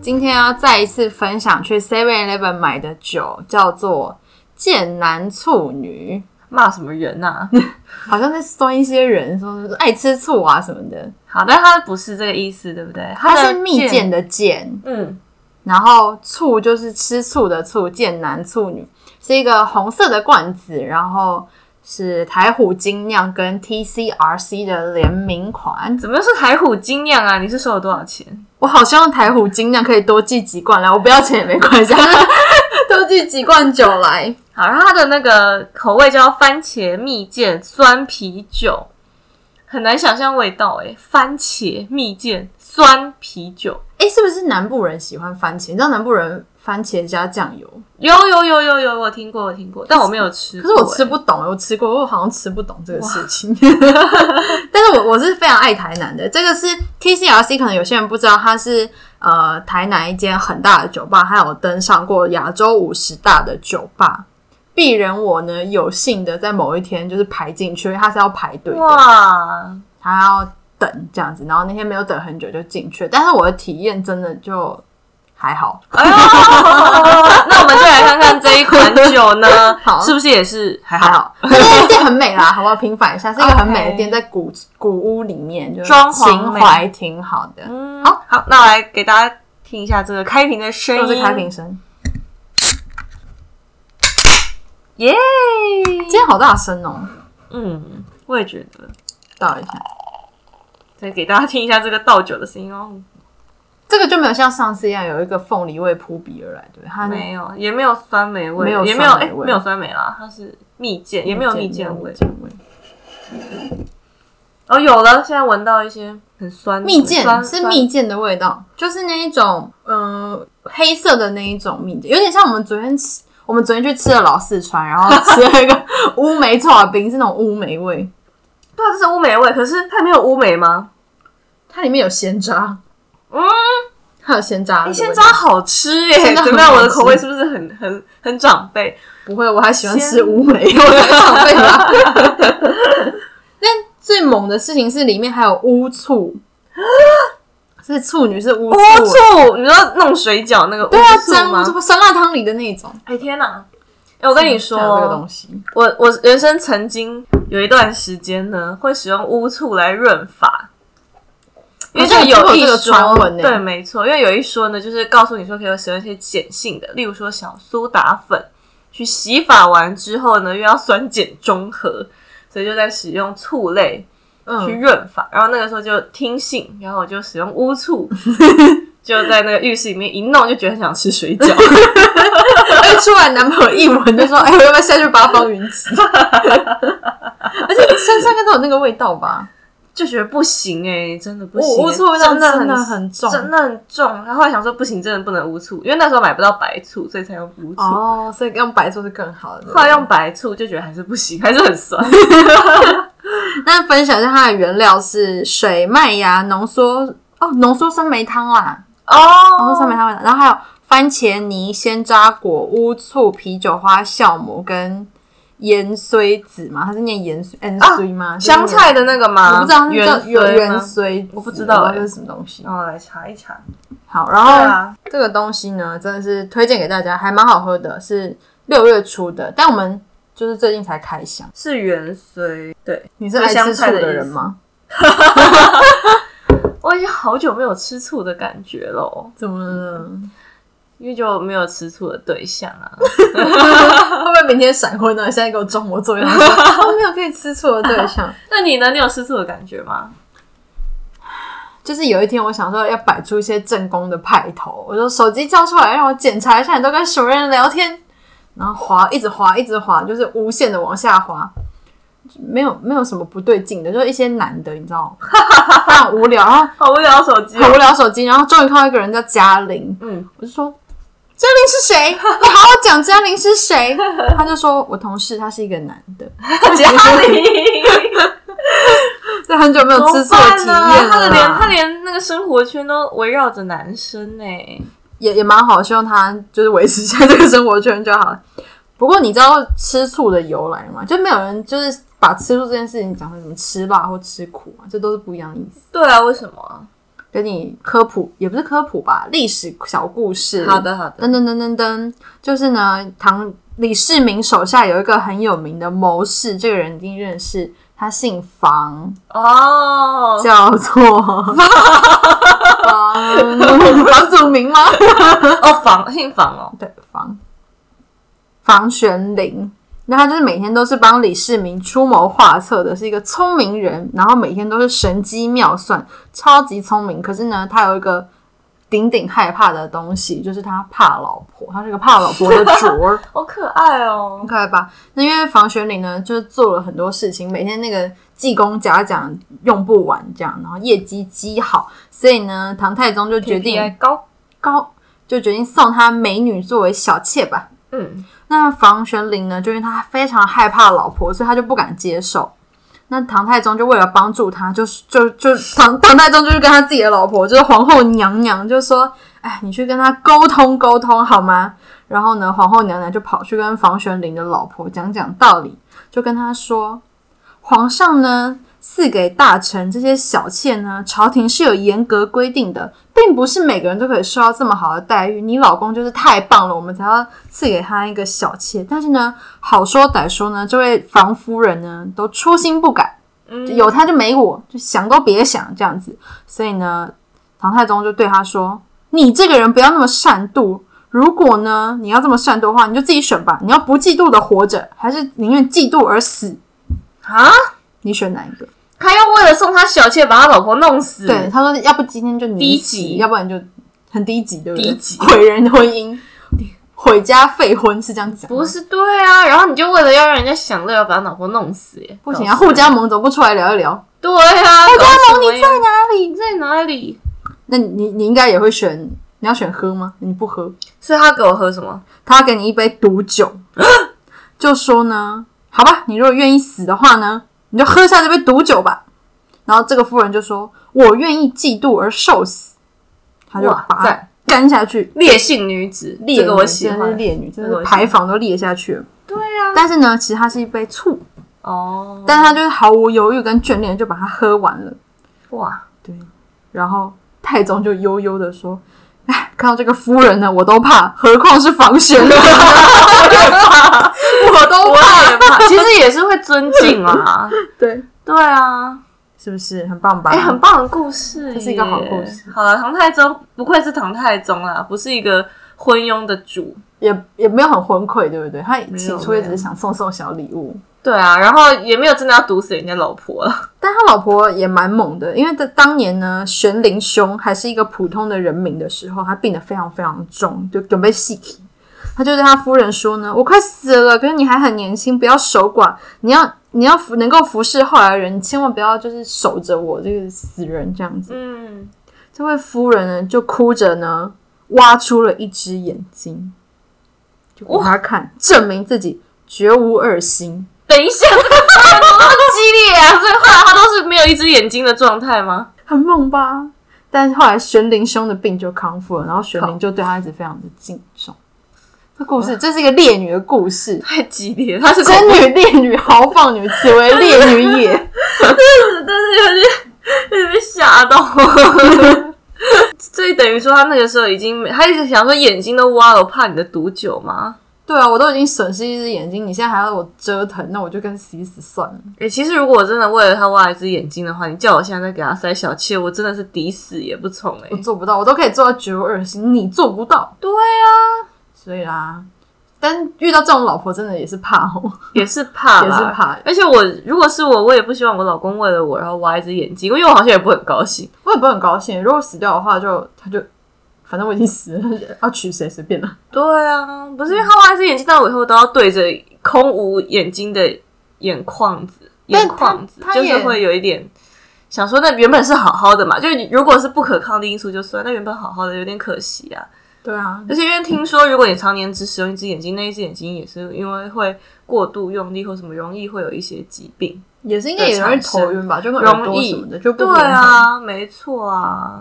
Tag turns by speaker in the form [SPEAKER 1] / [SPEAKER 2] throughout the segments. [SPEAKER 1] 今天要再一次分享去 Seven Eleven 买的酒，叫做剑南醋女，
[SPEAKER 2] 骂什么人啊呐、
[SPEAKER 1] 好像在酸一些人，说是爱吃醋啊什么的。
[SPEAKER 2] 好，但它不是这个意思，对不对？
[SPEAKER 1] 它
[SPEAKER 2] 的
[SPEAKER 1] 是蜜
[SPEAKER 2] 剑，
[SPEAKER 1] 饯的饯，
[SPEAKER 2] 嗯，
[SPEAKER 1] 然后醋就是吃醋的醋，剑南醋女是一个红色的罐子，然后是台虎精酿跟 TCRC 的联名款。
[SPEAKER 2] 怎么又是台虎精酿啊？你是收了多少钱？
[SPEAKER 1] 我好希望台虎精酿可以多寄几罐来，我不要钱也没关系， 多寄几罐酒来。
[SPEAKER 2] 好，然后它的那个口味叫番茄蜜饯酸啤酒，很难想象味道诶、欸番茄蜜饯酸啤酒，
[SPEAKER 1] 哎，是不是南部人喜欢番茄？你知道南部人番茄加酱油，
[SPEAKER 2] 有有有有有，我听过我听过，但我没有吃
[SPEAKER 1] 可是我
[SPEAKER 2] 过
[SPEAKER 1] 吃
[SPEAKER 2] 欸
[SPEAKER 1] 不懂，我吃过，我好像吃不懂这个事情。 但是我我是非常爱台南的，这个是 TCRC，可能有些人不知道，它是呃台南一间很大的酒吧，它有登上过亚洲五十大的酒吧。鄙人我呢有幸的在某一天就是排进去，因为它是要排队的。
[SPEAKER 2] 哇，
[SPEAKER 1] 他要等这样子，然后那天没有等很久就进去了，但是我的体验真的就还好，
[SPEAKER 2] 哎 呦，那我们就来看看这一款酒呢
[SPEAKER 1] 好，
[SPEAKER 2] 是不是也是还
[SPEAKER 1] 还
[SPEAKER 2] 好？
[SPEAKER 1] 好。那 间店很美啦，好不好？平反一下，是一个很美的
[SPEAKER 2] OK
[SPEAKER 1] 店，在古古屋里面，就是
[SPEAKER 2] 装潢
[SPEAKER 1] 情
[SPEAKER 2] 美
[SPEAKER 1] 怀挺好的。
[SPEAKER 2] 嗯，好好，那我来给大家听一下这个哦开瓶的声
[SPEAKER 1] 都
[SPEAKER 2] 音。
[SPEAKER 1] 是开瓶
[SPEAKER 2] 嗯
[SPEAKER 1] 声，
[SPEAKER 2] 耶！
[SPEAKER 1] 今天好大声哦！
[SPEAKER 2] 嗯，我也觉得。
[SPEAKER 1] 倒一下，
[SPEAKER 2] 再给大家听一下这个倒酒的声音哦，
[SPEAKER 1] 这个就没有像上次一样有一个凤梨味扑鼻而来，对不对它
[SPEAKER 2] 没有，也没有酸梅味，
[SPEAKER 1] 没有
[SPEAKER 2] 也没有
[SPEAKER 1] 酸梅
[SPEAKER 2] 哎，
[SPEAKER 1] 味
[SPEAKER 2] 没有酸梅啦，它是蜜饯，也没有蜜饯味。哦，有了，现在闻到一些很酸的
[SPEAKER 1] 蜜饯
[SPEAKER 2] 酸
[SPEAKER 1] 是
[SPEAKER 2] 酸
[SPEAKER 1] 蜜饯的味道，就是那一种嗯、呃黑色的那一种蜜饯，有点像我们昨天吃，我们昨天去吃了老四川，然后吃了一个 乌梅炒冰，是那种乌梅味，
[SPEAKER 2] 对啊，这是乌梅味，可是它没有乌梅吗？
[SPEAKER 1] 它里面有鲜渣，
[SPEAKER 2] 嗯，
[SPEAKER 1] 它有鲜渣的味
[SPEAKER 2] 哎，
[SPEAKER 1] 道，
[SPEAKER 2] 鲜渣好吃 耶
[SPEAKER 1] 鲜！渣很
[SPEAKER 2] 怎么样，
[SPEAKER 1] 好
[SPEAKER 2] 我的口味
[SPEAKER 1] 吃
[SPEAKER 2] 是不是很很很长辈？
[SPEAKER 1] 不会，我还喜欢吃
[SPEAKER 2] 鲜
[SPEAKER 1] 乌梅，我在浪费啊 啦。但最猛的事情是里面还有乌醋，是处女是乌醋，
[SPEAKER 2] 乌醋，你知道弄水饺那个乌
[SPEAKER 1] 对啊，
[SPEAKER 2] 醋
[SPEAKER 1] 蒸乌
[SPEAKER 2] 吗？
[SPEAKER 1] 醋酸辣汤里的那一种。
[SPEAKER 2] 哎天哪！哎，我跟你说，
[SPEAKER 1] 才有这个东西，
[SPEAKER 2] 我我人生曾经有一段时间呢，会使用乌醋来润发，因为就有一
[SPEAKER 1] 哦好像有这个
[SPEAKER 2] 说，
[SPEAKER 1] 传闻呢
[SPEAKER 2] 对，没错，因为有一说呢，就是告诉你说可以使用一些碱性的，例如说小苏打粉，去洗发完之后呢，又要酸碱中和，所以就在使用醋类去
[SPEAKER 1] 嗯，
[SPEAKER 2] 润发。然后那个时候就听信，然后我就使用 乌醋，就在那个浴室里面一弄，就觉得很想吃水饺。
[SPEAKER 1] 而哎且出来男朋友一闻 就说：“哎、我要不要下去八方云集？” 而且身上应该都有那个味道吧？
[SPEAKER 2] 就觉得不行哎、真的不
[SPEAKER 1] 我
[SPEAKER 2] 行、欸，
[SPEAKER 1] 乌醋味道
[SPEAKER 2] 真的
[SPEAKER 1] 真的很重
[SPEAKER 2] 真的很重。然后后来想说不行，真的不能乌醋，因为那时候买不到白醋，所以才用乌醋。
[SPEAKER 1] 哦，所以用白醋是更好的。
[SPEAKER 2] 后来用白醋就觉得还是不行，还是很酸。
[SPEAKER 1] 那分享一下它的原料是水麦芽浓缩哦，浓缩酸梅汤啦，浓缩酸梅
[SPEAKER 2] 哦，
[SPEAKER 1] 汤味道，然后还有番茄泥、鲜渣果、乌醋、啤酒花、酵母跟盐酸子嘛，它是念盐酸盐
[SPEAKER 2] 啊
[SPEAKER 1] 酸吗？
[SPEAKER 2] 香菜的那个吗？
[SPEAKER 1] 我不知道那叫有
[SPEAKER 2] 原
[SPEAKER 1] 盐
[SPEAKER 2] 吗？
[SPEAKER 1] 水，
[SPEAKER 2] 我不知道欸
[SPEAKER 1] 这是什么东西。哦
[SPEAKER 2] 然后来查一查。
[SPEAKER 1] 好，然
[SPEAKER 2] 对
[SPEAKER 1] 后
[SPEAKER 2] 啊，
[SPEAKER 1] 这个东西呢，真的是推荐给大家，还蛮好喝的，是六月初的，但我们就是最近才开箱。
[SPEAKER 2] 是原髓。对，
[SPEAKER 1] 你是爱
[SPEAKER 2] 香
[SPEAKER 1] 吃醋
[SPEAKER 2] 菜的
[SPEAKER 1] 的
[SPEAKER 2] 意
[SPEAKER 1] 人
[SPEAKER 2] 思
[SPEAKER 1] 吗？
[SPEAKER 2] 我已经好久没有吃醋的感觉了，
[SPEAKER 1] 怎么 了？
[SPEAKER 2] 因为就没有吃醋的对象 啊。
[SPEAKER 1] 会不会明天闪婚呢？现在给我装模作样， 说哦没有可以吃醋的对象。
[SPEAKER 2] 那你呢？你有吃醋的感觉吗？
[SPEAKER 1] 就是有一天，我想说要摆出一些正宫的派头，我就手机交出来，让我检查一下你都跟什么人聊天，然后滑，一直滑，一直滑，就是无限的往下滑，没有没有什么不对劲的，就是一些男的，你知道吗？非常无聊，然后
[SPEAKER 2] 好无聊，手机哦。
[SPEAKER 1] 很无聊手机，然后终于看到一个人叫嘉玲，
[SPEAKER 2] 嗯，
[SPEAKER 1] 我就说。嘉玲是谁？你好好讲嘉玲是谁？他就说我同事，他是一个男的，
[SPEAKER 2] 家里。
[SPEAKER 1] 这很久没有吃醋的体
[SPEAKER 2] 怎么办
[SPEAKER 1] 验
[SPEAKER 2] 呢他的连他
[SPEAKER 1] 啦，
[SPEAKER 2] 连那个生活圈都围绕着男生呢、
[SPEAKER 1] 也也蛮好，希望他就是维持一下这个生活圈就好了。不过你知道吃醋的由来吗？就没有人就是把吃醋这件事情讲成什么吃辣或吃苦啊，这都是不一样的意思。
[SPEAKER 2] 对啊，为什么啊？
[SPEAKER 1] 给你科普，也不是科普吧，历史小故事。
[SPEAKER 2] 好，的，好的，
[SPEAKER 1] 噔噔噔噔噔，就是呢，唐李世民手下有一个很有名的谋士，这个人一定认识，他姓房，
[SPEAKER 2] 哦，
[SPEAKER 1] 叫做 房 房祖名吗？
[SPEAKER 2] 哦，房姓房哦，
[SPEAKER 1] 对，房房玄龄。那他就是每天都是帮李世民出谋划策的，是一个聪明人，然后每天都是神机妙算，超级聪明。可是呢，他有一个顶顶害怕的东西，就是他怕老婆，他是个怕老婆的主儿。
[SPEAKER 2] 好可爱哦
[SPEAKER 1] 很，可爱吧？那因为房玄龄呢，就是做了很多事情，每天那个技工嘉奖用不完，这样，然后业绩极好，所以呢，唐太宗就决定
[SPEAKER 2] KPI 高，
[SPEAKER 1] 高，就决定送他美女作为小妾吧。
[SPEAKER 2] 嗯，
[SPEAKER 1] 那房玄龄呢，就因为他非常害怕老婆，所以他就不敢接受。那唐太宗就为了帮助他，就是就就唐唐太宗就是跟他自己的老婆，就是皇后娘娘，就说：“哎，你去跟他沟通沟通好吗？”然后呢，皇后娘娘就跑去跟房玄龄的老婆讲讲道理，就跟他说：“皇上呢，赐给大臣这些小妾呢，朝廷是有严格规定的，并不是每个人都可以受到这么好的待遇。你老公就是太棒了，我们才要赐给他一个小妾。但是呢，好说歹说呢，这位房夫人呢，都初心不改，
[SPEAKER 2] 嗯
[SPEAKER 1] 就有他就没我，就想都别想这样子。所以呢，唐太宗就对他说：“你这个人不要那么善妒。如果呢你要这么善妒的话，你就自己选吧。你要不嫉妒的活着，还是宁愿嫉妒而死？
[SPEAKER 2] 啊，
[SPEAKER 1] 你选哪一个？”
[SPEAKER 2] 他又为了送他小妾，把他老婆弄死，
[SPEAKER 1] 对，，他说：“要不今天就你
[SPEAKER 2] 低
[SPEAKER 1] 死
[SPEAKER 2] 级
[SPEAKER 1] 要不然就很低级，对不对？
[SPEAKER 2] 低级
[SPEAKER 1] 毁人婚姻，毁家废婚是这样讲吗？
[SPEAKER 2] 不是对啊，然后你就为了要让人家享乐，要把他老婆弄死，耶
[SPEAKER 1] 不行啊，互加盟怎么不出来聊一聊？
[SPEAKER 2] 对啊，互加盟你在
[SPEAKER 1] 在哪里？
[SPEAKER 2] 在哪里？
[SPEAKER 1] 那你你你应该也会选，你要选喝吗？你不喝，
[SPEAKER 2] 是他给我喝什么？
[SPEAKER 1] 他给你一杯毒 酒，就说呢，好吧，你如果愿意死的话呢，你就喝下这杯毒酒吧。然后这个夫人就说：“我愿意嫉妒而受死。”他就
[SPEAKER 2] 哇
[SPEAKER 1] 把它
[SPEAKER 2] 赞
[SPEAKER 1] 干下去，
[SPEAKER 2] 烈性女子，
[SPEAKER 1] 烈
[SPEAKER 2] 这个我
[SPEAKER 1] 女
[SPEAKER 2] 喜
[SPEAKER 1] 真的是
[SPEAKER 2] 欢。
[SPEAKER 1] 烈女，真
[SPEAKER 2] 这个
[SPEAKER 1] 的
[SPEAKER 2] 我
[SPEAKER 1] 是
[SPEAKER 2] 喜欢
[SPEAKER 1] 牌坊都裂下去了。
[SPEAKER 2] 对啊，
[SPEAKER 1] 但是呢，其实它是一杯醋，
[SPEAKER 2] 哦，
[SPEAKER 1] 但是他就是毫无犹豫跟眷恋就把它喝完了。
[SPEAKER 2] 哇，
[SPEAKER 1] 然后太宗就悠悠的说：“ 哎，看到这个夫人呢，我都怕，何况是房玄 龄，我都
[SPEAKER 2] 我
[SPEAKER 1] 怕。
[SPEAKER 2] 也怕，其实也是会尊敬啊。”
[SPEAKER 1] 对，
[SPEAKER 2] 对啊，
[SPEAKER 1] 是不是很棒吧？
[SPEAKER 2] 哎、很棒的故事，
[SPEAKER 1] 这是一个好故事。
[SPEAKER 2] 好了，唐太宗不愧是唐太宗啦，不是一个昏庸的主。
[SPEAKER 1] 也也没有很昏聩，对不对？他起初
[SPEAKER 2] 没有
[SPEAKER 1] 也只是想送送小礼物，
[SPEAKER 2] 对啊，然后也没有真的要毒死人家老婆了。
[SPEAKER 1] 但他老婆也蛮猛的，因为在当年呢，玄灵兄还是一个普通的人民的时候，他病得非常非常重，就准备细体。他就对他夫人说呢：“我快死了，可是你还很年轻，不要守寡，你要你要服能够服侍后来的人，你千万不要就是守着我这个死人这样子。
[SPEAKER 2] 嗯，”
[SPEAKER 1] 这位夫人呢，就哭着呢，挖出了一只眼睛，就给他看，证明自己绝无二心。
[SPEAKER 2] 等一 下，多激烈啊！所以后 来他都是没有一只眼睛的状态吗？
[SPEAKER 1] 很猛吧？但后来玄灵兄的病就康复了，然后玄灵就对他一直非常的敬重。这故事，这是一个烈女的故事，
[SPEAKER 2] 太激烈了，他 是
[SPEAKER 1] 真女烈女豪放女，此为烈女也。
[SPEAKER 2] 但是有点有点被吓到。 所以等于说，他那个时候已经没，他一直想说眼睛都挖了，我怕你的毒酒吗？
[SPEAKER 1] 对啊，我都已经损失一只眼睛，你现在还要我折腾，那我就跟死一死算了。
[SPEAKER 2] 诶、其实如果我真的为了他挖一只眼睛的话，你叫我现在再给他塞小妾，我真的是抵死也不从诶、
[SPEAKER 1] 我做不到，我都可以做到绝无二心，你做不到。
[SPEAKER 2] 对啊，
[SPEAKER 1] 所以啦，但遇到这种老婆真的也是怕哦，
[SPEAKER 2] 也是怕，
[SPEAKER 1] 也是。怕。
[SPEAKER 2] 而且我如果是我，我也不希望我老公为了我然后挖一只眼睛，因为我好像也不会很高兴。
[SPEAKER 1] 我也不会很高兴，如果死掉的话就，他就反正我已经死了，要娶谁随便了。
[SPEAKER 2] 对啊，不
[SPEAKER 1] 嗯
[SPEAKER 2] 是因为他挖一只眼睛，但我以后都要对着空无眼睛的眼眶子，
[SPEAKER 1] 但
[SPEAKER 2] 眼眶子
[SPEAKER 1] 他他
[SPEAKER 2] 就
[SPEAKER 1] 也
[SPEAKER 2] 是会有一点想说，那原本是好好的嘛，就是你如果是不可抗的因素就算，那原本好好的有点可惜啊。
[SPEAKER 1] 对啊，
[SPEAKER 2] 而且因为听说，如果你常年只使用一只眼睛，那一只眼睛也是因为会过度用力或什么，容易会有一些疾病。
[SPEAKER 1] 也是应该有人会头晕吧，就跟耳
[SPEAKER 2] 容
[SPEAKER 1] 朵
[SPEAKER 2] 易
[SPEAKER 1] 什么的就不
[SPEAKER 2] 对
[SPEAKER 1] 平衡。
[SPEAKER 2] 啊，没错啊。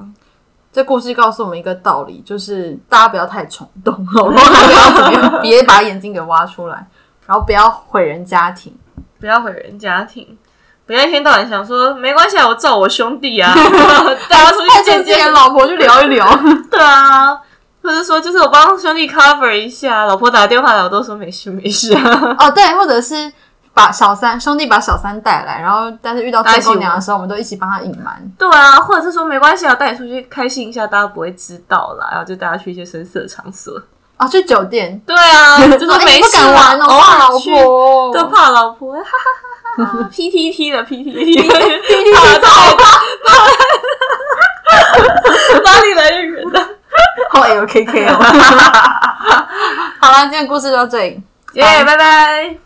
[SPEAKER 1] 这故事告诉我们一个道理，就是大家不要太冲动，好 不好？不要怎么样，别把眼睛给挖出来，然后不要毁人家庭。
[SPEAKER 2] 不要毁人家庭。不要一天到晚想说没关系啊，我照我兄弟 啊， 大家出
[SPEAKER 1] 带着
[SPEAKER 2] 去见
[SPEAKER 1] 自己的
[SPEAKER 2] 见，
[SPEAKER 1] 老婆去聊一 聊，
[SPEAKER 2] 对啊，或者说就是我帮兄弟 cover 一下，老婆打电话来，我都说没事没 事啊，
[SPEAKER 1] 哦，对，或者是把小三兄弟把小三带来，然后但是遇到
[SPEAKER 2] 大家
[SPEAKER 1] 灰
[SPEAKER 2] 一起
[SPEAKER 1] 姑娘
[SPEAKER 2] 玩
[SPEAKER 1] 的时候，我们都一起帮她隐瞒。
[SPEAKER 2] 对啊，或者是说没关系啊，带你出去开心一下，大家不会知道啦，然后就带他去一些深色场所，
[SPEAKER 1] 哦，去酒店，
[SPEAKER 2] 对啊，就说
[SPEAKER 1] 哎
[SPEAKER 2] 没
[SPEAKER 1] 不
[SPEAKER 2] 事
[SPEAKER 1] 敢
[SPEAKER 2] 啊，
[SPEAKER 1] 玩哦，
[SPEAKER 2] 偶
[SPEAKER 1] 怕老
[SPEAKER 2] 尔去。
[SPEAKER 1] 婆，
[SPEAKER 2] 都怕老婆，哈哈哈哈哈哈！PTT 的 PTT，怕
[SPEAKER 1] 怕
[SPEAKER 2] 太怕怕，哪里来的人 呢？
[SPEAKER 1] 好哦 L K K 哦。好了，今天故事就到这里。
[SPEAKER 2] 耶，拜拜。